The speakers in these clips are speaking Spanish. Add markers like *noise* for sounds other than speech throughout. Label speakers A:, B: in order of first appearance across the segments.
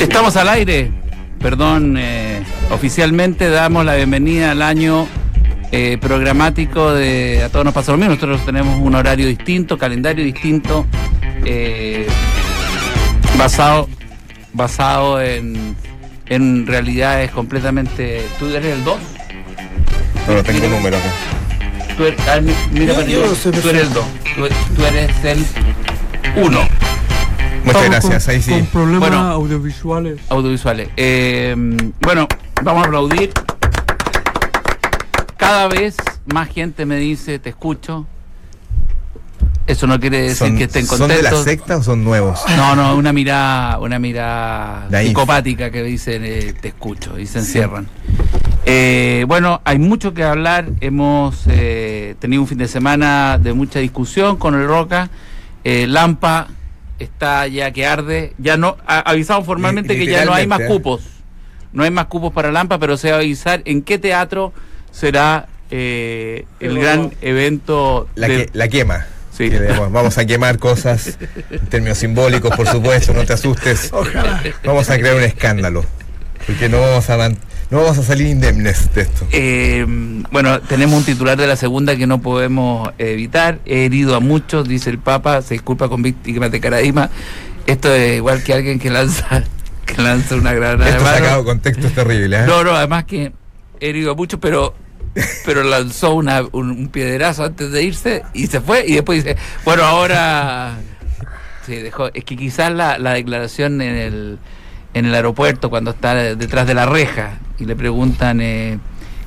A: Estamos al aire. Perdón, eh, oficialmente damos la bienvenida al año eh, programático de A Todos Nos Pasa Lo Mismo. Nosotros tenemos un horario distinto, calendario distinto, eh, basado, basado en, en realidades completamente... ¿Tú eres el 2?
B: No, no tengo número acá.
A: Tú eres, ah, mi- mira,
C: Yo-
A: para
C: yo
A: ti,
C: soy
A: tú eres el 2. Tú, tú eres el 1.
B: Muchas
C: Estamos
B: gracias,
C: con-
B: ahí sí.
C: Con problemas
A: Bueno.
C: audiovisuales.
A: audiovisuales. Eh, bueno, vamos a aplaudir. Cada vez más gente me dice, te escucho. Eso no quiere decir
B: ¿Son,
A: que estén
B: son de la
A: contentos.
B: secta o son nuevos?
A: no, no, una mirada, una mirada
B: Naif.
A: psicopática que dicen, eh, te escucho, y se encierran. Eh, bueno, hay mucho que hablar. Hemos eh, tenido un fin de semana de mucha discusión con el Roca. Eh, Lampa está ya que arde. Ya no a- avisaron formalmente que ya no hay más
B: Literalmente, ¿eh?
A: cupos. No hay más cupos para Lampa, pero se va a avisar en qué teatro será eh, el
C: Pero
A: gran
C: no.
A: evento.
B: La,
A: de-
B: que- la quema.
A: Sí.
B: Que le- vamos a
A: *laughs*
B: quemar cosas, en términos simbólicos, por supuesto, no te asustes.
C: Ojalá.
B: Vamos a crear un escándalo, porque no vamos a, man- no vamos a salir indemnes de esto.
A: Eh, bueno, tenemos un titular de la segunda que no podemos evitar. He herido a muchos, dice el Papa, se disculpa con víctimas de caraíma. Esto es igual que alguien que lanza, *laughs* que lanza una granada. de
B: Esto
A: mano.
B: sacado con textos terribles. ¿eh?
A: No, no, además que he herido a muchos, pero pero lanzó una- un, un piedrazo antes de irse y se fue y después dice, bueno, ahora sí, dejó. Es que quizás la, la declaración en el, en el aeropuerto cuando está detrás de la reja y le preguntan eh,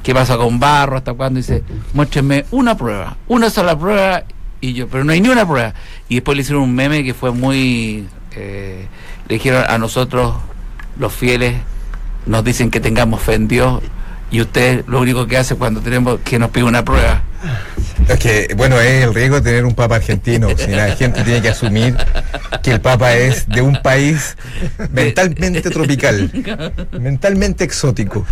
A: qué pasa con Barro, hasta cuándo, dice, muéstrenme una prueba, una sola prueba y yo, pero no hay ni una prueba. Y después le hicieron un meme que fue muy... eh, le dijeron a nosotros, los fieles, nos dicen que tengamos fe en Dios y usted lo único que hace cuando tenemos que nos pide una prueba.
B: Es que, bueno, es el riesgo de tener un papa argentino. Si la gente tiene que asumir que el papa es de un país mentalmente tropical, mentalmente exótico.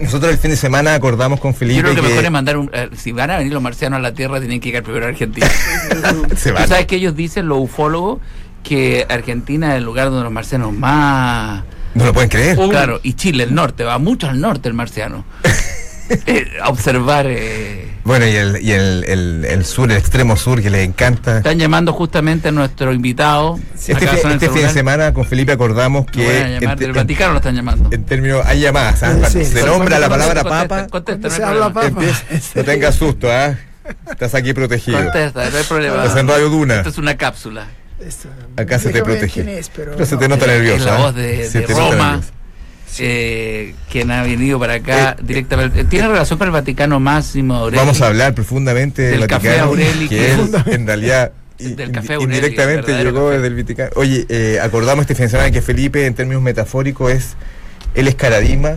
B: Nosotros el fin de semana acordamos con Felipe
A: Yo creo que
B: que
A: mejor es mandar un... eh, si van a venir los marcianos a la Tierra, tienen que llegar primero a Argentina.
B: *laughs* se
A: ¿Tú
B: van.
A: ¿Sabes que ellos dicen, los ufólogos, que Argentina es el lugar donde los marcianos más...
B: No lo pueden creer.
A: Claro, y Chile, el norte, va mucho al norte el
B: *laughs*
A: marciano. Eh, a observar... eh,
B: Bueno, y, el, y el, el- el sur, el extremo sur, que les encanta.
A: están llamando justamente a nuestro invitado.
B: Este,
A: acá
B: fi-
A: suena el
B: este fin de
A: celular.
B: semana con Felipe acordamos
A: Lo van a
B: que...
A: llamar,
B: en,
A: del Vaticano lo están llamando.
B: en términos... Hay llamadas, ¿ah?
C: Sí,
B: Cuando
C: sí.
B: se nombra la palabra
A: Contesta,
B: papa...
A: contesta,
C: Cuando
A: no hay
C: se habla
A: problema.
C: papa.
B: empieza- no tengas susto, ¿ah? Estás aquí protegido.
A: Contesta, no hay problema.
B: Estás en Radio Duna.
A: Esto es una cápsula.
C: Esto,
B: Acá se te
C: déjame ver
B: protege.
C: quién es, pero
B: se
C: no. eh,
B: te nota
A: Es
B: nervioso.
A: la
B: ¿ah?
A: voz de-
B: Se
A: de
B: te nota
A: Roma.
B: nervioso.
A: Eh, quien ha venido para acá
B: Eh, eh,
A: directamente. ¿Tiene relación con el Vaticano Máximo Aurelio?
B: Vamos a hablar profundamente del
A: Del café
B: Vaticano,
A: Aureli, que-
B: que él, en realidad i-
A: *laughs* Del café
B: indi-
A: Aureli, el
B: indirectamente
A: verdadero
B: llegó
A: café.
B: desde el Vaticano. Oye, eh, acordamos este fin de semana que Felipe, en términos metafóricos, es él es Caradima,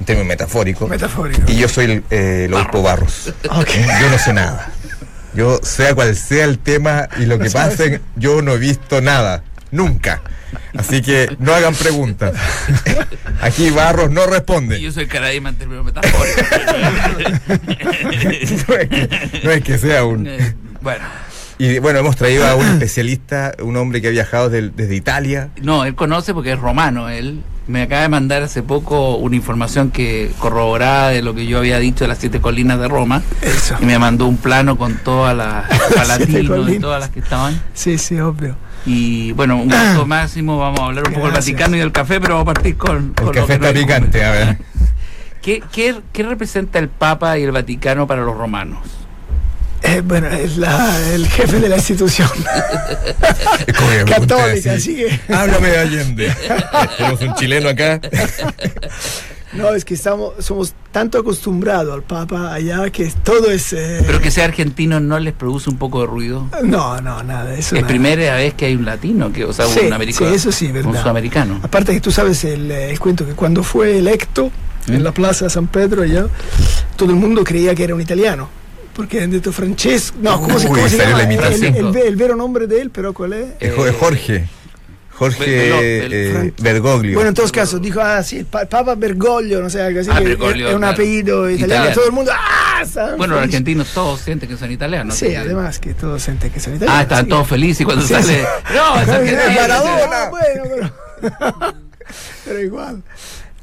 B: en términos metafóricos,
C: Metafórico.
B: y yo soy el eh, el obispo Barros. *laughs* Yo no sé nada. Yo, sea cual sea el tema y lo que pase, yo no he visto nada. Nunca. Así que no hagan preguntas. Aquí Barros no responde.
A: Yo soy caraíma en términos
B: *laughs*
A: *laughs* metafóricos.
B: no, es que, no es que sea un.
A: Eh, bueno,
B: Y bueno, hemos traído
C: *laughs*
B: a un especialista, un hombre que ha viajado del- desde Italia.
A: no, él conoce porque es romano. Él me acaba de mandar hace poco una información que corroboraba de lo que yo había dicho de las siete colinas de Roma.
C: Eso.
A: Y me mandó un plano con todas
B: *laughs*
A: las palatinos y
C: colinas.
A: todas las que estaban.
C: Sí, sí, obvio.
A: Y bueno, un gusto máximo, vamos a hablar un poco del
C: Ah. Gracias.
A: Vaticano y del café, pero vamos a partir con... con
B: El
A: lo
B: café
A: que nos
B: está picante, a ver.
A: ¿Qué, qué, qué representa el Papa y el Vaticano para los romanos?
C: Eh, bueno, es la- el jefe de la institución.
B: Es como que me pregunté
C: Católica,
B: así,
C: así que- Eh,
B: Háblame de Allende. Tenemos un chileno acá.
C: *laughs* No, es que estamos, somos tanto acostumbrados al Papa allá que todo es. eh,
A: Pero que sea argentino no les produce un poco de ruido.
C: No, no, nada. Eso
A: Es
C: nada.
A: primera vez que hay un latino, que, o sea,
C: Sí,
A: un americano.
C: sí, eso sí,
A: Un
C: verdad.
A: sudamericano.
C: Aparte que tú sabes el, eh, el cuento que cuando fue electo en la plaza de San Pedro allá, todo el mundo creía que era un italiano. Porque han dicho Francesco. No, ¿cómo se,
B: Uy,
C: cómo se
B: salió la
C: llama? El,
A: imitación.
C: el ve- el vero nombre de él, pero ¿cuál *laughs* es?
B: Es jo- es Jorge. Jorge
A: Velo- Velo-
B: eh,
C: Frank-
B: Bergoglio.
C: Bueno, en todos casos, dijo, ah, sí, el pa- Papa Bergoglio, no sé, algo así,
A: Ah,
C: que
A: Bergoglio,
C: es un
A: claro.
C: apellido italiano.
A: Italiano.
C: Todo el mundo, ah, San
A: Eh, Bueno, los
C: Francisco".
A: argentinos todos sienten que son italianos.
C: Sí,
A: así que-
C: además que todos sienten que son italianos.
A: Ah, están *laughs*
C: así *laughs*
A: todos felices y cuando
C: Sí,
A: sale...
C: sí.
A: No, es
C: que-
A: argentino.
B: Maradona.
C: Ah, bueno, pero- *laughs* Pero igual.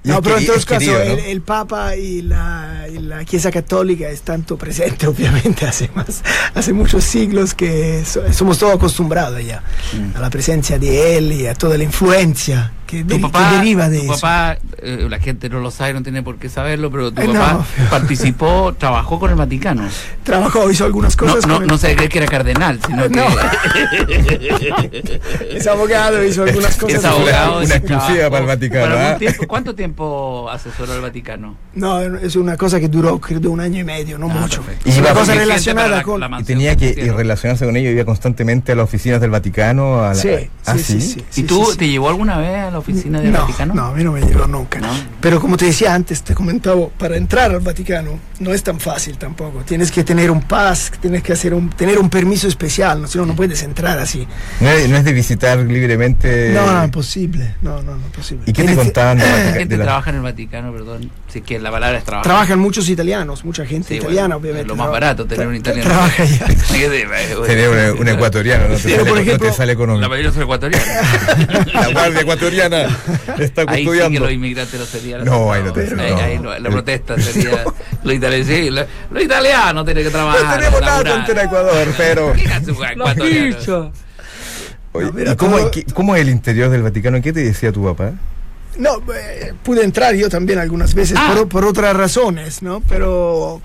B: Y
C: No,
B: es
C: pero en
B: queri-
C: todo
B: es
C: caso,
B: querido, ¿no?
C: el, el Papa y la, y la Chiesa Católica es tanto presente, *laughs* obviamente, hace, más, hace muchos siglos que so- somos todos acostumbrados ya
B: Mm.
C: a la presencia de él y a toda la influencia que,
A: Tu
C: deri- que
A: papá,
C: deriva de
A: tu
C: eso.
A: papá eh, la gente no lo sabe, no tiene por qué saberlo, pero tu
C: Eh, *laughs* no.
A: papá participó, trabajó con el Vaticano.
C: Trabajó, hizo algunas
A: No,
C: cosas.
A: no,
C: con el-
A: no se cree que era cardenal, sino que
C: *laughs* No. es abogado, hizo algunas cosas.
A: *laughs* es
B: una-
A: abogado.
B: una
A: es-
B: exclusiva
A: trabajó
B: para el Vaticano,
A: por algún
B: ¿ah?
A: tiempo. ¿Cuánto tiempo asesoró el Vaticano?
C: No, es una cosa que duró, creo, un año y medio, no mucho.
A: Ah, perfecto.
B: Y
C: Es
B: va
C: una cosa
A: Suficiente para
C: relacionada
A: la-
C: con.
A: la
B: Y
A: mansión
B: tenía que
A: financiera.
B: ir relacionarse con ellos, iba constantemente a las oficinas del Vaticano. A la-
C: Sí,
B: ¿Ah,
C: sí, sí,
B: sí?
C: sí,
A: ¿Y
C: sí,
A: tú
C: sí, sí.
A: te llevó alguna vez a la oficina del
C: no,
A: Vaticano?
C: No, a mí no me llegó nunca.
B: *laughs*
A: No.
C: Pero como te decía antes, te comentaba, para entrar al Vaticano no es tan fácil tampoco. Tienes que tener un pas, tienes que hacer un, tener un permiso especial, ¿no? si no, no puedes entrar así.
B: No, es, no es de visitar libremente.
C: No, no, este- imposible. No, no, no, imposible.
B: Eh, ¿Y qué te
C: Tienes que-
B: contaban de
A: La
B: Vatica- de
A: gente
B: la-
A: trabaja en el Vaticano, perdón. Si es que la palabra es trabajar. *laughs*
C: Trabajan muchos italianos, mucha gente
A: Sí, bueno,
C: italiana,
A: es
C: obviamente.
A: Lo más
C: traba-
A: barato tener un
C: tra-
A: italiano.
C: Trabaja allá.
B: Sería
A: *laughs*
B: un, un ecuatoriano, no te,
A: Sí,
B: sale,
C: por
B: no te
C: ejemplo,
B: sale
A: La
B: económico.
A: mayoría son ecuatorianos.
B: *laughs* La,
A: *laughs*
B: guardia ecuatoriana está
A: Ahí sí que
B: custodiando.
A: los inmigrantes no serían.
B: No, ahí no te-
A: Ahí,
B: no. Eh,
A: ahí lo- la protesta sería. los italianos, sí, lo- los italianos tienen que trabajar.
B: no tenemos nada
A: laburar.
B: contra Ecuador,
A: *laughs*
B: pero.
A: ¿Qué hacen los ecuatorianos?
B: Oye,
C: No, mira,
B: ¿y cómo,
C: todo-
B: qué- cómo es el interior del Vaticano? ¿Qué te decía tu papá?
C: No, eh, pude entrar yo también algunas veces
A: Ah.
C: por, por otras razones, ¿no? Pero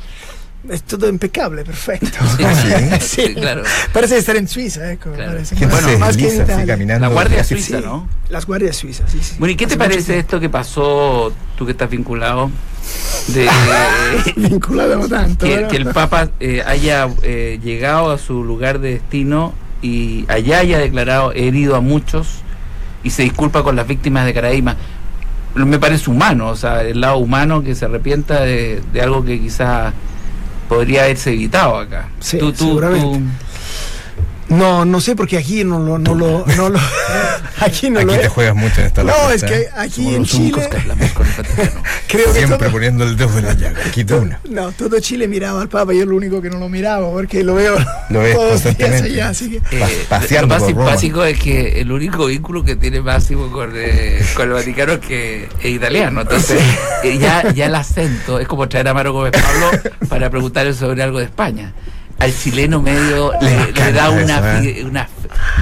C: es todo impecable, perfecto.
B: ¿Ah,
A: Sí,
C: *laughs* Sí.
A: sí, claro.
C: Parece estar en Suiza, ¿eh? como
A: Claro.
C: parece.
B: Gente
A: Bueno,
B: se
C: más que en
B: desliza, así,
C: Italia.
B: caminando.
A: La Guardia
B: así.
A: Suiza, ¿no?
C: Las guardias suizas, sí, sí.
A: Bueno, ¿y qué te
C: Hace mucho
A: parece
C: tiempo.
A: esto que pasó, tú que estás vinculado,
B: *laughs*
A: de
C: *laughs* Vinculado no tanto.
A: que,
C: ¿no?
A: que el Papa eh, haya eh, llegado a su lugar de destino y allá haya declarado herido a muchos y se disculpa con las víctimas de Caraíma? Me parece humano, o sea, el lado humano que se arrepienta de, de algo que quizás podría haberse evitado acá.
C: Sí, seguramente. No, no sé porque aquí no lo, no lo, no *laughs* lo, aquí no lo.
B: Aquí te juegas mucho en esta
C: no,
B: labor,
C: es
B: ¿eh?
C: que aquí
A: Somos
C: en
A: los únicos
C: Chile
A: que hablamos con el Vaticano.
C: creo que
B: Siempre
C: todo,
B: poniendo el dedo en la llaga. Quita una.
C: no, todo Chile miraba al Papa, yo lo único que no lo miraba porque lo veo
B: *laughs* Lo ves
C: todos los días
B: constantemente.
C: allá, así que
A: Eh,
B: Pa- paseando
A: lo más
B: por Roma.
A: simpático es que el único vínculo que tiene Máximo con, eh, con el Vaticano es que es italiano. Entonces, eh, ya, ya el acento es como traer a Maro Gómez Pablo para preguntarle sobre algo de España. Al chileno medio
B: Le
A: le, le da
B: encanta
A: una,
B: eso,
A: fi- una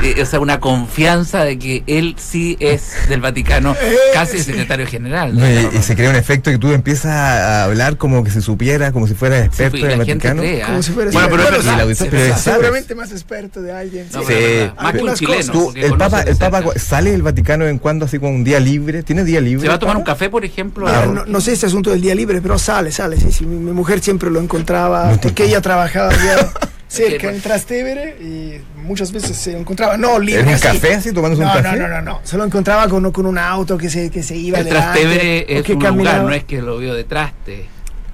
A: eh, o sea, una confianza de que él sí es del Vaticano,
C: Eh,
A: casi
C: sí.
A: secretario general.
B: No,
A: No,
B: y,
A: no,
B: y se crea un efecto que tú empiezas a hablar como que se supiera, como si fueras
A: sí,
B: experto
A: pues,
B: en el
A: la gente
B: Vaticano.
A: cree, ¿ah?
C: Como si fuera
A: bueno, pero es
C: Bueno,
A: verdad,
B: y
A: es
B: la audiencia- pero
A: verdad.
B: es- ¿sabes?
C: seguramente más experto de alguien.
A: No,
C: sí.
A: pero es verdad. Más que un
C: Algunas
A: chileno.
B: Tú,
A: porque
B: el
A: conoce
B: Papa,
A: de
B: el Papa
A: cerca.
B: sale del Vaticano en cuando, así como un día libre. ¿Tiene día libre?
A: se va a
B: el
A: tomar un
B: Papa?
A: café, por ejemplo.
C: Mira,
A: a-
C: no, no sé este asunto del día libre, pero sale, sale, sí, sí. Mi, mi mujer siempre lo encontraba,
B: No te-
C: porque ella trabajaba
B: *laughs*
C: allá cerca
A: bueno.
C: en Trastevere y muchas veces se lo encontraba, no libre.
B: ¿En un
C: así.
B: café así, tomándose
C: No,
B: un
C: no,
B: café?
C: no, no, no. Se lo encontraba con, con un auto que se, que se iba
A: El
C: delante,
A: Trastevere
C: o
A: es
C: que
A: un
C: caminaba.
A: lugar, no es que lo vio de traste.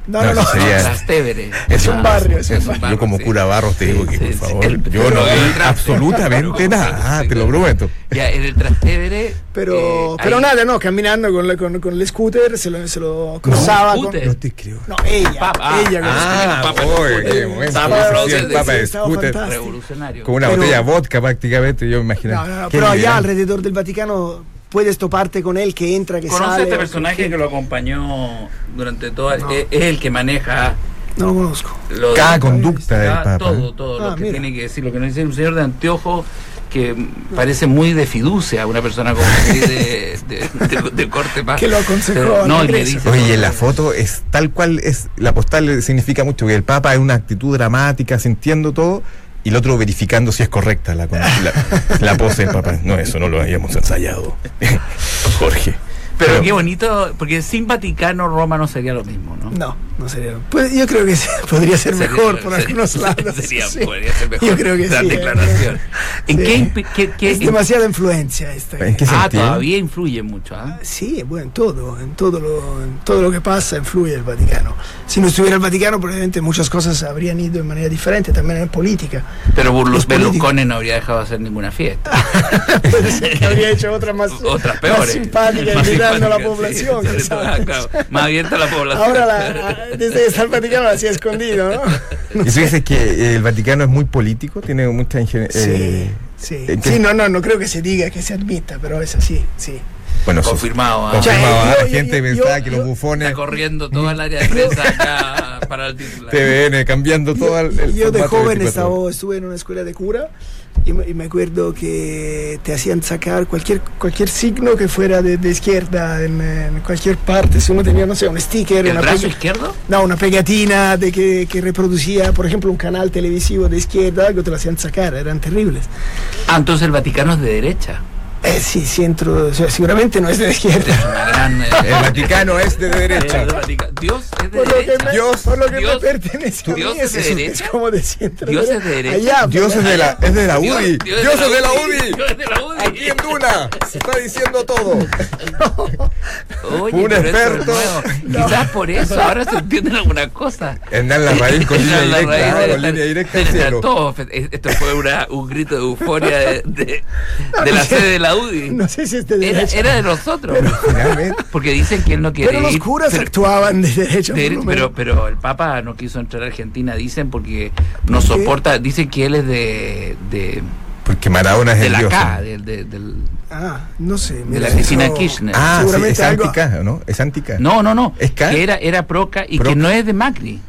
C: No, no,
B: No,
C: no.
B: eso sería-
A: Trastevere.
C: Es un
A: Ah,
C: barrio, es un
B: Eso,
A: barrio,
B: yo como
A: sí.
B: cura Barros te
A: Sí,
B: digo que,
A: sí,
B: por
A: sí.
B: favor,
A: El-
B: yo no
A: pero el
B: vi
A: traste.
B: absolutamente nada, ah, te lo prometo.
A: Ya, en el Trastevere.
C: Pero,
A: eh,
C: *laughs* pero
A: ahí-
C: nada, no, caminando con, la- con, con el scooter, se lo, se lo cruzaba. con-
A: scooter.
B: No te creo.
C: no, ella.
A: Papa. Ah,
C: ella con el scooter.
A: el Papa en
B: oye,
A: scooter.
B: qué momento,
A: Estaba
B: yo
A: Roses
B: soy el
A: de-
B: Papa de
C: estaba
B: scooter.
C: fantástico.
A: Revolucionario.
B: Con una
C: Pero-
B: botella de vodka prácticamente, yo me imagino.
C: No, no, no,
B: Qué
C: pero allá
B: liberal.
C: alrededor del Vaticano puedes toparte con él que entra, que
A: Conoce a
C: sale.
A: este
C: o-
A: personaje que lo acompañó durante toda. Es, es el que maneja.
C: No lo conozco.
A: lo-
B: Cada conducta del
A: cada-
B: Papa.
A: Todo, todo
C: Ah,
A: lo que
C: mira.
A: tiene que decir. Lo que nos dice un señor de anteojo que mm, parece muy de fiducia, una persona como así de, de, de- de corte más.
C: *laughs* Que lo aconsejó
A: Pero-
C: al
A: No, y le dice.
C: regreso.
B: Oye, la foto es tal cual es. La postal significa mucho que el Papa es una actitud dramática, sintiendo todo, y el otro verificando si es correcta la, con- la, la pose del Papa. No, eso no lo habíamos ensayado. *laughs* Jorge.
A: Pero qué bonito, porque sin Vaticano Roma no sería lo mismo, ¿no?
C: No, no sería. Pues yo creo que *laughs* sí, podría ser
A: Sería-
C: mejor por
A: sería- *laughs*
C: algunos lados.
A: Sería,
C: sí.
A: Podría ser mejor.
C: Yo creo que
A: esa
C: sí, ¿eh?
A: declaración. ¿En
C: Sí.
A: qué, impi- qué- qué-
C: Es demasiada influencia esta.
B: ¿En qué
A: Ah,
B: sentido?
A: todavía influye mucho, ¿ah?
C: Sí, bueno, en todo, en todo lo, en todo lo que pasa influye el Vaticano. Si no estuviera el Vaticano, probablemente muchas cosas habrían ido de manera diferente, también
A: *laughs*
C: en política.
A: Pero Burlus
C: Los políticos-
A: Berlusconi no habría dejado de hacer ninguna fiesta.
C: Puede ser que habría hecho otra más,
A: Otras
C: más
A: peores.
C: simpática,
A: Más
C: invitando a la
A: simpática, sí, ah,
C: población.
A: sobre todo,
C: ¿sabes?
A: claro, más abierta a la población.
C: Ahora, la- desde que está el Vaticano, la hacía escondido, ¿no?
B: *laughs* Y tú dices que el Vaticano es muy político, tiene mucha ingeniería.
C: Sí, sí.
B: eh, que-
C: Sí, no, no, no creo que se diga, que se admita, pero es así, sí.
B: Bueno, eso-
A: Confirmado. ¿ah?
B: confirmado,
C: Ya,
B: ¿ah?
C: yo-
B: la gente
C: yo-
B: pensaba
C: yo-
B: que los
A: Está
B: bufones,
A: corriendo toda el área de prensa acá para el titular.
B: TVN, cambiando todo el, el
C: *laughs* Yo
B: formato
C: de
B: este
C: joven
B: 24
C: estaba,
B: horas.
C: estuve en una escuela de cura y me, y me acuerdo que te hacían sacar cualquier, cualquier signo que fuera de, de izquierda en, en cualquier parte. Si uno tenía, no sé, un sticker,
A: ¿El
C: una
A: brazo
C: pega-
A: izquierdo?
C: No, una pegatina de que, que reproducía, por ejemplo, un canal televisivo de izquierda, algo te lo hacían sacar, eran terribles.
A: Ah, entonces el Vaticano es de derecha.
C: Eh, sí, centro, o sea, seguramente no es de
A: Es *laughs*
C: izquierda. *laughs*
A: una gran. eh,
B: El Vaticano es de
A: *laughs*
B: derecha.
A: el Vaticano- Dios es de
C: Por lo que
A: derecha.
C: me,
B: Dios-
C: por lo que me
A: Dios-
C: pertenece a mí,
A: Dios es
C: es,
A: de
C: es
A: derecha.
C: como de centro.
A: Dios es de derecha.
C: Allá,
B: Dios es de la, es de la UDI.
A: Dios
B: Dios es de la UDI.
A: Dios es de la UDI.
B: Aquí en Duna se está diciendo
C: *laughs*
B: todo.
A: Oye, pero
B: Un
A: esto es
B: experto.
A: nuevo. Quizás por eso ahora se entienden algunas cosas.
B: Hernán Larraín con
A: Era
B: línea
A: *laughs* la raíz
B: directa,
A: de
B: claro,
A: estar-
B: línea directa
A: de
B: al
A: estar
B: cielo.
A: todos fe- Esto fue una- un grito de euforia de, de- de la sede de la UDI.
C: No sé si es de
A: Era,
C: derecha.
A: era de nosotros.
B: Finalmente,
A: Porque dicen que él no quiere
C: pero los
A: ir,
C: curas
A: pero-
C: actuaban de derecha. por
A: de-
C: lo menos.
A: pero, pero el Papa no quiso entrar a Argentina, dicen, porque no
C: ¿Qué?
A: soporta. Dicen que él es de, de,
B: Porque Maradona es
A: de
B: el
A: la
B: Dios.
A: K,
B: ¿no?
A: del- del- del-
C: Ah, no sé.
A: de
C: mira,
A: la Cristina
C: eso-
A: Kirchner.
B: Ah, sí,
C: Seguramente
B: es
C: algo-
B: antica, ¿no? Es antica.
A: No, no, no.
B: ¿Es K?
A: Que era, era Proca y
B: Proca.
A: que no es de Macri.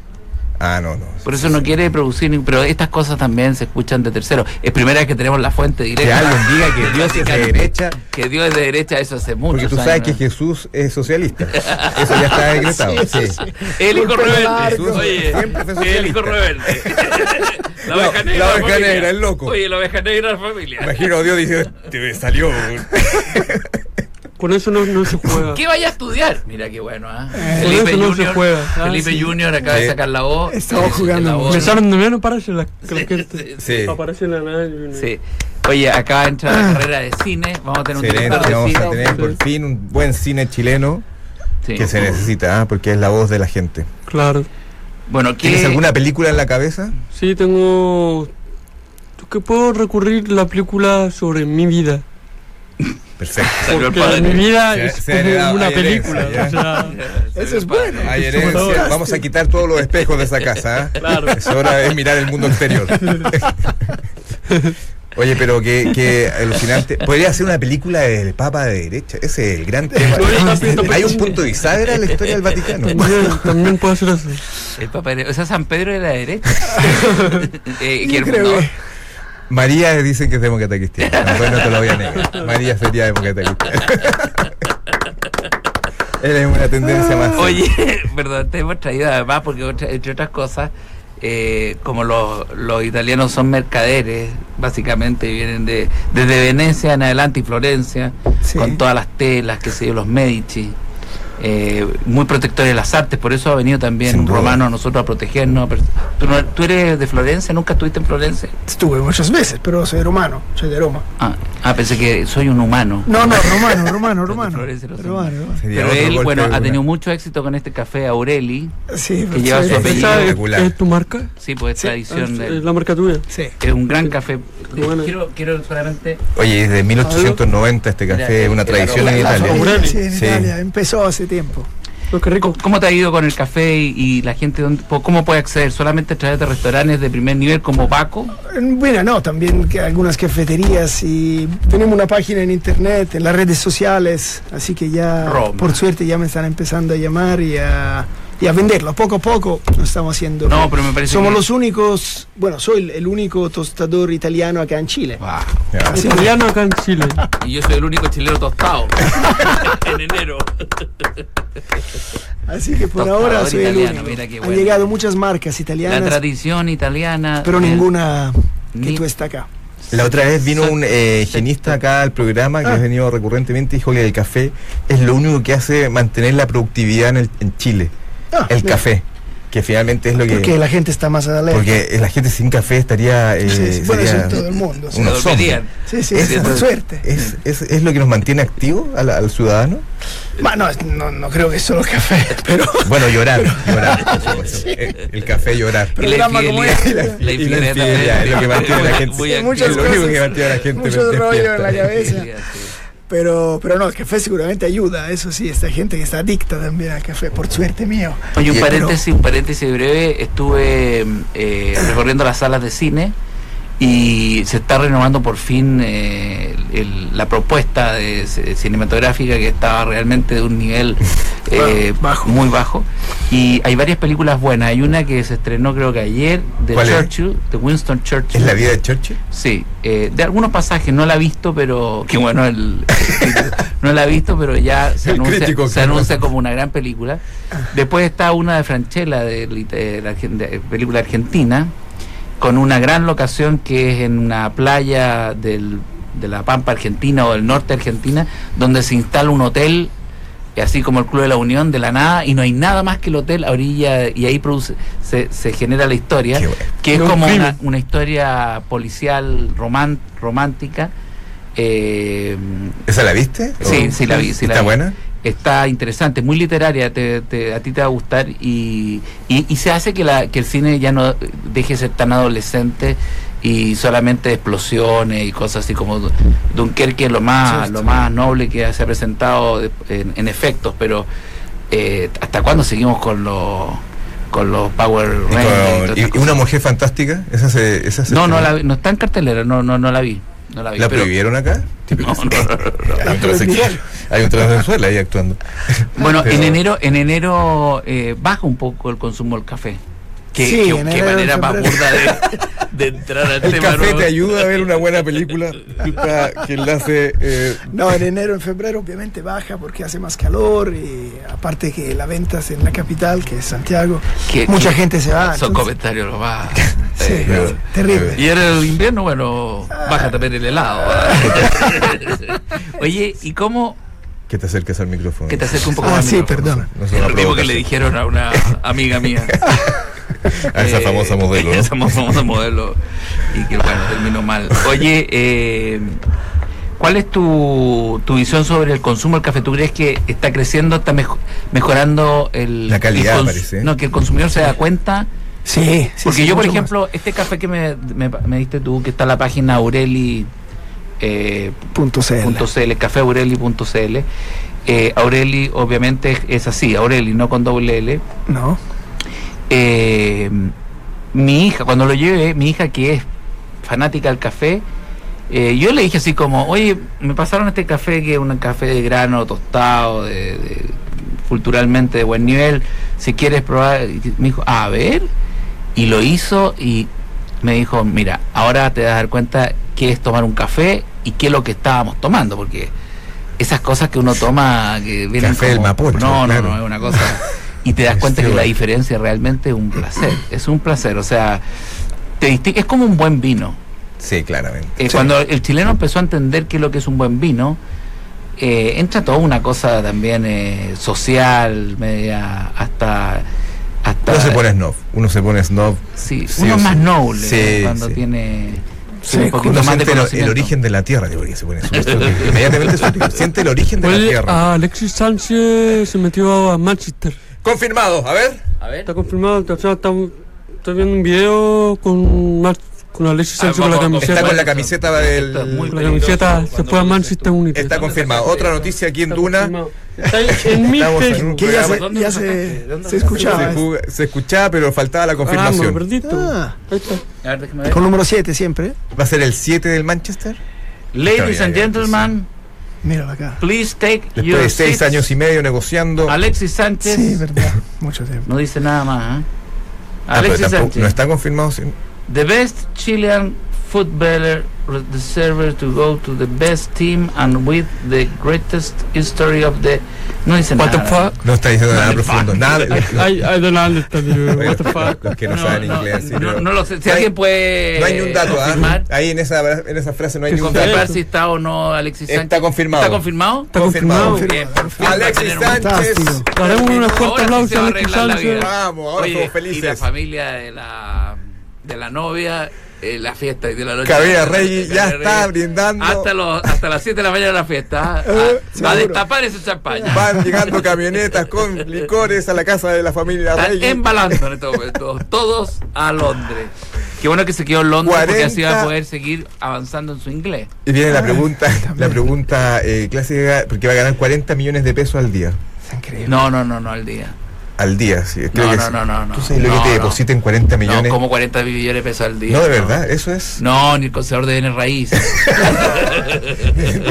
B: Ah, no, no.
A: Por eso no quiere producir. ni- Pero estas cosas también se escuchan de terceros. Es primera vez que tenemos la fuente directa.
B: Que alguien diga que
A: del
B: Dios es de
A: Vaticano.
B: derecha,
A: Que Dios es de derecha, eso hace mucho.
B: porque tú sabes que Jesús
A: *laughs*
B: es socialista. Eso ya está decretado.
C: Sí,
B: sí.
A: El hijo
C: Culpa
A: rebelde.
C: largo.
A: Oye,
B: Siempre fue
A: el hijo
B: socialista. *laughs*
A: rebelde. La
B: No,
A: oveja negra.
B: la
A: de
B: oveja
A: familia.
B: negra, el loco.
A: Oye, la oveja negra de la familia.
B: Imagino Dios dice, te salió. un-
D: Con eso no, no se juega.
A: ¿Qué vaya a estudiar? Mira qué bueno, ¿ah?
C: Eh,
A: Felipe
D: eso no se
A: Junior.
D: juega. Ah,
A: Felipe
D: sí.
A: Junior acaba de
B: Sí.
A: sacar la voz.
C: Estaba
A: Eh,
C: jugando
A: la voz.
D: Empezaron de menos para allá las que las que-
B: Sí.
D: aparecen en la nada.
A: Sí. Oye, acá entra la carrera de cine. Vamos a tener un
B: Excelente,
A: director de
B: vamos
A: cine.
B: a tener por fin un buen cine chileno
A: Sí.
B: que se necesita, ah, porque es la voz de la gente.
D: Claro.
A: Bueno, ¿qué-
B: ¿Tienes alguna película en la cabeza?
D: Sí, tengo. Que puedo recurrir la película sobre mi vida.
B: Perfecto.
A: Salió el
D: Porque
A: padre.
D: mi vida
B: Se-
D: es
B: se ha
D: como
B: heredado,
D: una
B: hay herencia,
D: película.
B: ya.
D: o sea,
C: Eso es bueno.
B: Hay
D: Por favor.
B: herencia. Vamos a quitar todos los espejos de esa casa. ¿ah?
D: Claro.
B: Es hora de mirar el
A: *laughs*
B: mundo exterior. Oye, pero que, alucinante. Podría ser una película del Papa de derecha. Ese es el gran tema. Hay un punto bisagra en la historia
A: *laughs*
B: del Vaticano.
D: también, también puedo
B: *laughs*
D: hacer eso.
A: El papá de- O sea, San Pedro de la derecha. Eh, que
C: Yo
A: el
C: creo
A: fundador-
C: que-
B: María dice que es demócrata cristiana. No, pues no te lo voy a negar. María sería demócrata cristiana.
A: *laughs*
B: Él es una tendencia más.
A: Oye, *laughs* perdón, te hemos traído además porque otra- entre otras cosas, eh, como los, los italianos son mercaderes, básicamente vienen de desde Venecia en adelante y Florencia,
C: Sí.
A: con todas las telas, que se dio los Medici. eh, muy protectores de las artes, por eso ha venido también
B: Sin
A: un
B: duda.
A: romano a nosotros a protegernos. pero- ¿Tú, no- tú eres de Florencia? ¿Nunca estuviste en Florencia?
C: Estuve muchas veces, pero soy romano, soy de Roma.
A: Ah, ah, pensé que soy un humano.
C: No, no, romano, romano, romano.
A: Flores de los
C: Romano, romano.
B: Sería
A: Pero
B: otro
A: él,
B: golpe
A: bueno,
B: de
A: ha
B: una-
A: tenido mucho éxito con este café Aureli.
C: Sí,
A: Que lleva
C: sí,
A: su apellido.
D: ¿Esa
C: sí.
D: es,
B: Espectacular.
D: es tu marca?
A: Sí, pues es
C: Sí,
A: tradición.
D: Ah,
A: de-
D: es la marca tuya.
C: Sí.
A: Es un gran café.
D: Qué bueno.
A: Quiero, quiero solamente.
B: Oye, desde 1890 este café es una tradición en
C: La
B: Italia.
C: familia, sí, en
B: Sí.
C: Italia, empezó hace tiempo.
D: Lo que rico.
A: ¿Cómo te ha ido con el café y, y la gente? dónde- po- ¿Cómo puede acceder? ¿Solamente a través de restaurantes de primer nivel como Paco?
C: Mm, Bueno, no, también que algunas cafeterías y tenemos una página en internet, en las redes sociales, así que ya,
A: Roma.
C: por suerte, ya me están empezando a llamar y a, y a venderlo. Poco a poco lo estamos haciendo.
A: No, pero me parece
C: Somos
A: que-
C: los únicos, bueno, soy el, el único tostador italiano acá en Chile.
A: Wow.
B: Ya.
C: Sí.
D: Italiano acá en Chile.
A: Y yo soy el único chileno *laughs* tostado. en enero.
C: Así que por
A: Tostador
C: ahora soy el
A: italiano,
C: único.
A: mira qué
C: Han
A: bueno.
C: llegado muchas marcas
A: La
C: italianas,
A: tradición italiana.
C: pero
A: el-
C: ninguna que
A: ni-
C: tú está acá.
B: La otra vez vino
A: Son-
B: un eh, higienista acá al programa que
C: Ah.
B: ha venido recurrentemente y dijo que el café es lo único que hace mantener la productividad en, el- en Chile.
C: Ah,
B: El
C: mira,
B: café, que finalmente es lo que...
C: Porque la gente está más alerta.
B: porque la gente sin café estaría... eh,
C: Sí, sí, bueno, eso
B: sería
C: en todo el mundo. sí.
B: unos
A: Se dormirían.
C: Sí, sí,
B: Esa-
C: por suerte.
B: ¿Es, es, es lo que nos mantiene activo al, al ciudadano?
C: Ma, no, es- no, no creo que es solo café, *laughs* pero...
B: Bueno, llorar, llorar, por
C: *laughs*
B: supuesto. Eh, El café llorar.
A: Y la
C: Programa como
A: infidelidad.
C: este.
A: La
B: Y la
A: infidelidad
B: infidelidad es lo que mantiene a la gente.
A: Muy
C: Sí, muchas
B: es
A: activa.
B: lo único
C: cosas,
B: que mantiene a la gente
C: mucho rollo en la
B: despierta.
C: cabeza.
A: Sí, sí.
C: Pero, pero no, el café seguramente ayuda, eso sí, esta gente que está adicta también al café, por suerte mío.
A: Oye, un
B: Bien.
A: eh, paréntesis, un paréntesis breve. Estuve mm, eh, recorriendo las salas de cine y se está renovando por fin eh, el- la propuesta de c- cinematográfica que estaba realmente de un
B: *laughs*
A: nivel eh,
C: Bajo.
A: muy bajo. Y hay varias películas buenas. Hay una que se estrenó creo que ayer de
B: ¿Cuál es?
A: Churchill, de Winston Churchill.
B: ¿Es la vida de Churchill?
A: Sí, eh, de algunos pasajes no la he visto, pero que bueno, el- no la he visto, pero
B: *laughs*
A: ya se
B: El
A: anuncia,
B: crítico,
A: se
B: claro.
A: anuncia como una gran película. Después está una de Franchella, de, lit- eh, la argen- de película argentina, con una gran locación que es en una playa del- de la Pampa Argentina o del norte Argentina, donde se instala un hotel y así como el Club de la Unión de la nada y no hay nada más que el hotel a orilla y ahí produce, se, se genera la historia
B: Qué bueno.
A: que es
D: Un
A: como
D: crimen.
A: una, una historia policial roman- romántica eh,
B: ¿Esa la viste?
A: Sí,
B: ¿O-
A: sí la vi, sí la
B: ¿Está
A: vi.
B: buena?
A: está interesante muy literaria te- te- a ti te va a gustar y, y- y se hace que la que el cine ya no deje de ser tan adolescente y solamente explosiones y cosas así como Du- Dunkerque es lo más
C: Cierto.
A: lo más noble que se ha presentado de- en, en efectos pero eh, hasta cuándo seguimos con los con los Power
B: Y,
A: Rangers y todas
B: con-
A: estas
B: y- y
A: cosas?
B: una mujer fantástica? ¿Esa se, esa se
A: No, no la
B: estrenó?
A: vi, no está en cartelera, no, no, no la vi. *laughs* No la vi.
B: ¿La
A: pero-
B: prohibieron acá?
A: No, no, no, no.
B: Hay un transexual. Hay un transexual
A: *laughs*
B: ahí actuando.
A: Bueno,
B: Pero-
A: en enero, en enero eh, baja un poco el consumo del café. Qué,
C: Sí,
A: qué-
C: en
A: qué
C: enero,
A: manera
C: en
A: más
C: febrero.
A: burda
C: *laughs*
A: de, de entrar este al
B: El
A: tema.
B: café
A: ¿no?
B: te ayuda a ver una buena película para que enlace. eh,
C: No, en enero, en febrero obviamente baja porque hace más calor y aparte que la venta es en la capital, que es Santiago,
A: Que-
C: mucha
A: que-
C: gente se va.
A: Son
C: entonces-
A: comentarios los más.
C: Sí,
A: eh,
B: Pero-
C: es terrible.
A: Y era el invierno, bueno, baja también el helado. *laughs* Oye, ¿y cómo
B: que te acerques al micrófono.
A: que te acerque un poco
C: Ah,
A: más? al
C: sí,
A: micrófono?
C: perdón.
B: No es
A: Es
B: una
A: lo mismo que le
B: provocación.
A: dijeron a una amiga
C: *laughs*
A: mía.
B: A esa
A: Eh,
B: famosa
A: *laughs*
B: modelo.
A: a
B: ¿no?
A: Esa mo- famosa modelo. Y que bueno, terminó mal. Oye, eh, ¿cuál es tu, tu visión sobre el consumo del café? ¿Tú crees que está creciendo, está mejo- mejorando el.
B: La calidad,
A: el cons-
B: parece. ¿eh?
A: No, que el consumidor se da cuenta.
C: Sí, sí,
A: Porque
C: sí,
A: yo, por
C: mucho más.
A: ejemplo, este café que me, me- me diste tú, que está en la página Aureli. eh,
C: Punto CL.
A: punto .cl, cafeaureli.cl. Eh, Aureli, obviamente, es- es así, Aureli, no con doble L.
C: No,
A: Eh, mi hija, cuando lo llevé, mi hija que es fanática del café, eh, yo le dije así como, oye, me pasaron este café que es un café de grano tostado, de, de- culturalmente de buen nivel, si quieres probar, y me dijo, a ver, y lo hizo y me dijo, mira, ahora te vas a dar cuenta qué es tomar un café y qué es lo que estábamos tomando, porque esas cosas que uno toma que vienen
B: Café del
A: como-
B: Mapocho,
A: no, no,
B: claro.
A: no, es una cosa y te das cuenta
B: Sí,
A: que la
B: bueno.
A: diferencia realmente es un placer. Es un placer, o sea, te disti- es como un buen vino.
B: Sí, claramente.
A: Eh, Cuando el chileno empezó a entender qué es lo que es un buen vino, eh, entra toda una cosa también eh, social, media, hasta... hasta
B: Uno se pone snob. Uno se pone snob.
A: sí,
B: sí
A: uno
B: o
A: es
B: sí.
A: más noble
B: Sí,
A: cuando
B: sí.
A: tiene
C: Sí,
A: un
B: Uno
A: poquito más de
B: siente el- el,
A: conocimiento.
B: origen de la tierra. Digo, porque se pone súper sutil. Inmediatamente
A: *laughs*
B: sutil. Siente el origen de la
D: Oye,
A: ah.
B: tierra.
D: a Alexis Sánchez se metió a Manchester.
B: Confirmado. A ver.
A: A ver,
D: Está confirmado, o sea, está- estoy viendo un video con, Mar- con Alexis
A: Ah,
D: Sánchez con
A: vamos,
D: la
A: vamos.
D: camiseta.
B: Está con la camiseta del.
A: Esto es muy
D: Con la
A: peligroso
D: camiseta
A: cuando
D: se fue
A: lo
D: a
A: dices
D: Manchester
A: tú.
D: United.
B: Está confirmado. Otra noticia aquí en
D: Está
B: Duna.
D: confirmado. Está en Ah, mi
B: Estamos en
D: Facebook.
B: un
C: que ya
B: programa-
C: se,
A: ¿Dónde
C: ya
A: lo
C: se,
A: sacaste? ¿Dónde
C: se
A: lo sacaste?
C: escuchaba. ¿eh?
B: Se, juga- se escuchaba, pero faltaba la
D: Ah, me lo
B: confirmación.
D: perdiste.
C: Ah,
D: Ahí está.
A: A ver, déjame ver.
C: con número 7 siempre. ¿eh?
B: ¿Va a ser el 7 del Manchester?
A: Ladies and
B: Ya, ya, ya,
A: gentlemen,
C: Míralo acá.
A: please take
B: Después
A: your
B: de seis
A: seats.
B: años y medio negociando.
A: Alexis Sánchez
C: Sí, verdad. Mucho tiempo.
A: No dice nada más, ¿eh?
B: Ah, pero
A: Alexis
B: tampoco-
A: Sánchez.
B: no está confirmado. sí.
A: The best Chilean footballer deserves to go to the best team and with the greatest history of the... No dice
D: What the
A: nada.
D: fuck?
B: No está diciendo nada profundo. Nada. de-
D: I, I don't understand you.
B: Oye,
D: What the fuck?
B: Los que no, saben inglés. sí,
A: no,
B: pero-
A: no lo sé. Si
B: No hay-
A: alguien puede
B: no hay ni un dato. ¿ah?
A: confirmar,
B: Ahí en esa, en esa frase no hay ni un dato.
A: confirmar si está o no Alexis Sánchez.
B: Está confirmado.
A: ¿Está confirmado?
D: Está confirmado.
B: Confirmado.
A: Bien, por fin va a
B: Alexis
A: tener un-
B: Sánchez.
C: Fantástico.
D: Daremos unas fuertes
A: Ahora sí
D: aplausos
A: se va
D: a
A: a
D: Alexis
A: arreglar la
D: Sánchez.
A: vida.
B: Vamos, ahora
A: Oye,
B: somos
A: Y la
B: felices.
A: familia de la, de la novia, eh, la fiesta de la noche.
B: Cabrera Rey ya
A: Cabrera
B: está
A: Reyes.
B: brindando.
A: Hasta, los, hasta las 7 de la mañana de la
B: *laughs*
A: fiesta. ¿ah?
C: Eh,
A: A, a
C: seguro.
A: destapar ese champaña.
B: Van llegando camionetas con licores a la casa de la familia
A: Están
B: Rey.
A: embalando Ah, en este momento. Todos a Londres. Qué bueno que se quedó en Londres porque así va a
B: 40.
A: poder seguir avanzando en su inglés.
B: Y viene
A: Ah,
B: la pregunta, la pregunta eh, clásica, porque va a ganar 40 millones de pesos al día.
C: Es increíble.
A: No, no, no, no al día.
B: al día. sí, creo
A: No,
B: que
A: no,
B: sí.
A: no, no, no.
B: ¿Tú sabes lo
A: No,
B: que te
A: no.
B: depositen 40 millones?
A: No,
B: No,
A: como 40 millones de pesos al día.
B: de verdad, eso es. *laughs*
A: No, ni el conservador de bienes raíces.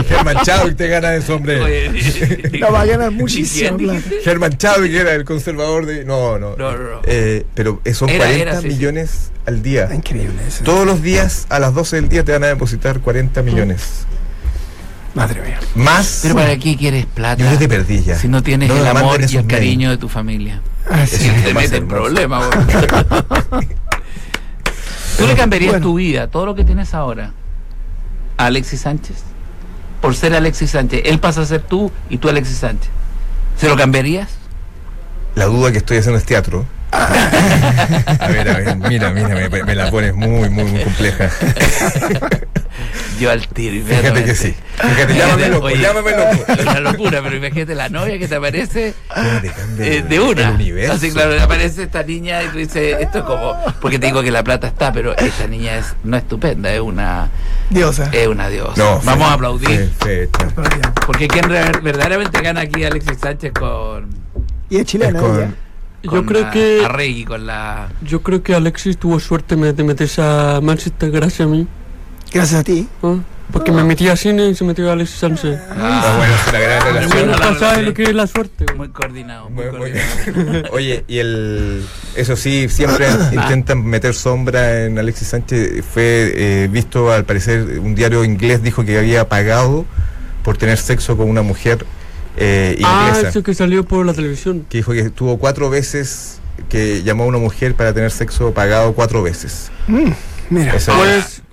B: Germán Chávez *laughs* te gana eso, hombre.
A: Oye,
B: *laughs*
A: ni- ni-
C: No, va
A: *laughs*
C: a ganar
A: ni
C: muchísimo
A: siquiera-
C: plata.
B: Germán Chávez, que era el conservador de. No, no.
A: No, no, no.
B: Eh, pero eh, son
A: Era,
B: 40
A: era, sí, sí.
B: millones al día.
C: Increíble eso.
B: Todos los días, a las 12 del día, te van a depositar 40 millones.
C: Madre mía.
B: Más.
A: Pero para qué quieres plata
B: Yo creo que te perdí ya.
A: si no tienes
B: No
A: el
B: la
A: amor
B: manden
A: y el
B: esos
A: cariño de tu familia.
C: Ah, sí.
B: Eso
A: Si
B: es lo
A: te
B: más
A: metes en
B: hermoso.
A: problemas. vos. Tú le cambiarías
C: Bueno.
A: tu vida, todo lo que tienes ahora, a Alexis Sánchez. Por ser Alexis Sánchez. Él pasa a ser tú y tú Alexis Sánchez. ¿Se lo cambiarías?
B: La duda que estoy haciendo es teatro. *laughs* a ver, a ver, mira, mira, me, me la pones muy, muy, muy compleja.
A: Yo al tiro.
B: Fíjate que
A: inmediatamente.
B: sí. Fíjate, llámame
A: *laughs*
B: loco,
A: Oye,
B: llámame loco.
A: Una locura, pero imagínate la novia que te aparece
B: ¿Cómo te cambia
A: eh,
B: el-
A: de una.
B: el universo?
A: Así claro, te aparece esta niña y tú dices, esto es como, porque te digo que la plata está, pero esta niña es no estupenda, es una,
C: Diosa.
A: es una diosa.
B: No,
A: Vamos
B: fe-
A: a aplaudir.
B: fe- fe-
A: Porque quien re- verdaderamente gana aquí Alexis Sánchez con,
C: Y es chilena
B: Es
C: ¿eh?
B: con-
C: ella.
A: con
D: Yo creo
A: la-
D: que
A: Arregui, con la
D: yo creo que Alexis tuvo suerte me- de meterse a Manchester gracias a mí.
C: Gracias a ti.
D: ¿no? Porque me metí a cine y se metió Alexis Sánchez.
B: Ah,
A: ah,
B: bueno, es una gran
A: Muy
B: relación.
A: buena
D: Bueno,
A: la
D: ¿Sabes
A: relación.
D: lo que es la suerte? güey.
A: muy coordinado, muy
B: Muy- muy-
A: coordinado.
B: Oye, y el. Eso sí, siempre
A: Ah.
B: intentan meter sombra en Alexis Sánchez. Fue eh, visto, al parecer, un diario inglés dijo que había pagado por tener sexo con una mujer eh,
D: Ah,
B: inglesa.
D: eso que salió por la televisión.
B: Que dijo que tuvo cuatro veces que llamó a una mujer para tener sexo pagado cuatro veces.
C: Mm, mira.
B: Eso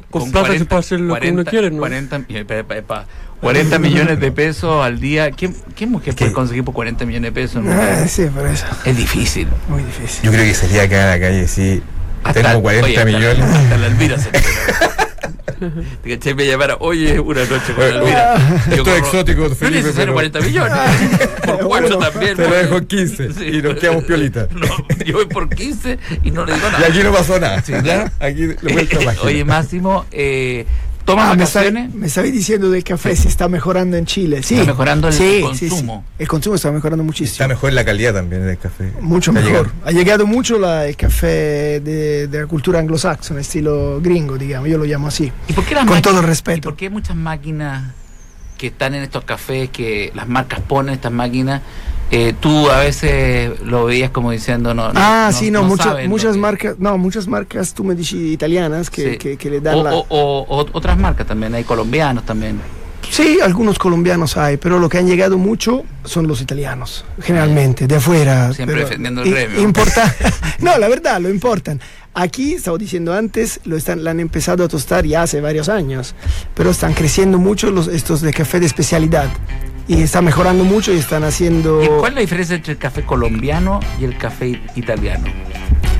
D: Pues con, plata se puede hacer lo que uno quiere, ¿no?
A: 40, eh, pa- pa- pa- 40 millones de pesos al día. ¿Qué, qué mujer
B: ¿Qué?
A: puede conseguir por 40 millones de pesos?
C: Ah, sí, por eso.
A: Es difícil.
C: Muy difícil.
B: Yo creo que sería acá en la calle, sí. Tengo 40
A: oye, hasta-
B: millones.
A: Hasta la Elvira se *laughs* Te caché me llamara, oye, una noche con la Elvira. Yo
B: Ah, Esto es
A: corro-
B: exótico,
A: No es
B: Felipe,
A: necesario
B: pero
A: 40
B: *laughs*
A: millones. Por cuatro también.
B: te lo
A: voy.
B: dejo en 15
A: Sí.
B: y nos quedamos piolita.
A: *laughs* No, yo voy por 15 y no le digo
B: Y
A: nada.
B: aquí no pasó nada.
A: Sí.
B: ¿ya? *laughs* Aquí le vuelta la
A: *laughs* Oye, Máximo, eh, ¿tomas
C: Ah, me, está-
A: vacaciones?
C: me estabais diciendo del café si está mejorando en Chile. Sí.
A: Está mejorando el
C: Sí,
A: consumo.
C: sí, sí. El consumo está mejorando muchísimo.
B: Está mejor la calidad también del café.
C: Mucho
B: Está
C: mejor.
B: llegando.
C: Ha llegado mucho la- el café de, de la cultura anglosaxona, estilo gringo, digamos. Yo lo llamo así.
A: ¿Y por qué las
C: Con
A: máquinas-
C: todo el
A: ¿Y
C: respeto.
A: por qué hay muchas máquinas que están en estos cafés, que las marcas ponen estas máquinas? eh, tú a veces lo veías como diciendo, no. no,
C: ah, sí, no, mucha-
A: saben lo
C: muchas
A: que-
C: marcas, no, muchas marcas, tú me dices, italianas, que,
A: Sí.
C: que- que le dan
A: o,
C: la...
A: o- o- o- otras marcas también, hay colombianos también.
C: Sí, algunos colombianos hay, pero lo que han llegado mucho son los italianos, generalmente, de afuera.
A: Siempre
C: pero
A: defendiendo el
C: i-
A: gremio. *laughs*
C: importa- *laughs* no, la verdad, lo importan. Aquí, estaba diciendo antes, lo, están, lo han empezado a tostar ya hace varios años, pero están creciendo mucho los, estos de café de especialidad. Y están mejorando mucho y están haciendo...
A: ¿Y cuál es la diferencia entre el café colombiano y el café it- italiano?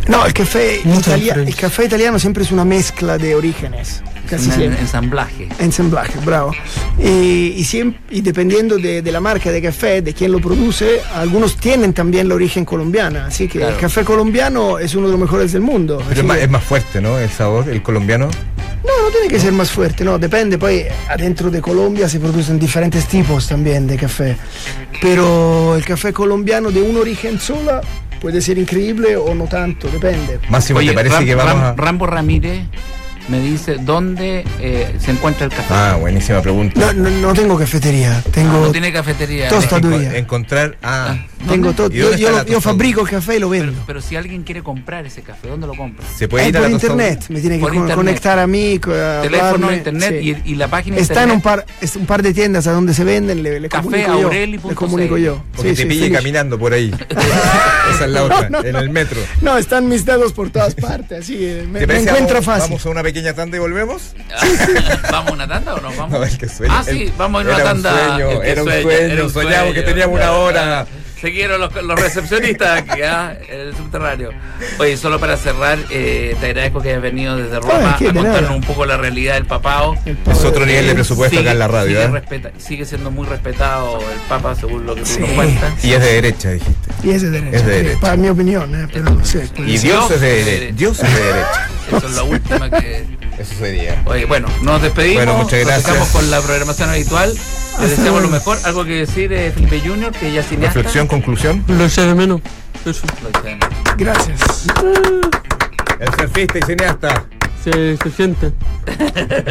C: No, el café,
D: Mucha
C: italia- el
D: diferencia.
C: café italiano siempre es una mezcla de orígenes. Casi
A: Un en-
C: siempre.
A: ensamblaje.
C: Ensamblaje, bravo. Eh, Y, y, siem- y dependiendo de, de la marca de café, de quién lo produce, algunos tienen también la origen colombiana. Así que
A: Claro.
C: el café colombiano es uno de los mejores del mundo.
B: Pero em-
C: así
B: es más,
C: que-
B: es más fuerte, ¿no? El sabor, el colombiano.
C: no, no tiene que ser más fuerte, no, depende. Poi adentro de Colombia se producen diferentes tipos también de café. Pero el café colombiano de un origen sola puede ser increíble o no tanto, depende.
B: Máximo,
A: Oye,
B: pues, ¿te parece
A: Ram-
B: que vamos
A: Ram-
B: a.?
A: Rambo Ramírez me dice dónde eh, se encuentra el café. Ah,
B: Ah, buenísima pregunta.
C: No, no, no tengo cafetería, tengo,
B: Ah,
A: no tiene cafetería. ¿eh?
C: Tosta-
B: Enco-
C: Tostaduría.
B: encontrar. Ah,
C: tengo todo.
B: ¿Y
C: Yo,
B: dónde
C: yo
B: está
C: lo-
B: la
C: yo
B: tostadora?
C: fabrico café y lo vendo.
A: Pero si alguien quiere comprar ese café, ¿dónde lo compra?
B: se puede
C: Eh,
B: ir a
C: por
B: la
C: internet,
B: tostadora?
C: me tiene que
A: Por
C: con-
A: internet.
C: conectar a mí. co- a
A: Teléfono,
C: hablarme,
A: internet
C: sí.
A: y, y la página
C: Está en un
A: internet.
C: par, es un par de tiendas a donde se venden, le, le
A: Café
C: comunico yo.
A: Aureli punto
C: le comunico
A: cl.
C: yo.
B: Porque
C: Sí,
B: te
C: sí,
B: pille
C: feliz.
B: caminando por
C: *laughs*
B: ahí. Esa es la otra,
C: No, no,
B: en el metro.
C: No, están mis dedos por todas partes, así que me,
B: ¿Te
C: me
B: parece
C: encuentra
B: vamos-
C: fácil.
B: ¿Vamos a una pequeña tanda y volvemos?
A: *laughs* ¿Vamos a una tanda o no? Vamos.
B: No, el que sueña.
A: Ah, sí,
B: el-
A: vamos a ir a una
B: era
A: tanda.
B: Un sueño,
A: El que
B: era un
A: sueña,
B: sueño,
A: era un
B: soñamos que
A: sueño.
B: teníamos una hora.
A: Se quiero los, los recepcionistas aquí, ¿ah? en el subterráneo. Oye, solo para cerrar, eh, te agradezco que hayas venido desde Roma
C: qué,
A: a
C: Ah, de
A: contarnos
C: nada.
A: un poco la realidad del papado.
C: El
B: Es
C: pobre-
B: otro nivel de presupuesto
A: Sigue-
B: acá en la radio.
A: Sigue,
B: ¿eh?
A: respeta- sigue siendo muy respetado el Papa, según lo que tú
C: Sí.
A: nos cuentas.
B: Y es de derecha, dijiste.
C: Y es de derecha.
B: Es de
C: sí,
B: derecha.
C: para mi opinión, eh, pero no sé. pues.
B: Y Dios es de derecha. Dios es de
A: *laughs*
B: derecha.
A: Eso es la última que.
B: Eso sería.
A: Oye, bueno, nos despedimos.
B: Bueno, muchas
A: Nos
B: gracias.
A: dejamos con la programación habitual. Les deseamos lo mejor. Algo que decir, eh, Felipe Junior, que ya cineasta.
B: Reflexión, conclusión.
D: Lo eché de menos. Eso.
C: Gracias.
B: El surfista y cineasta.
D: Se, se siente.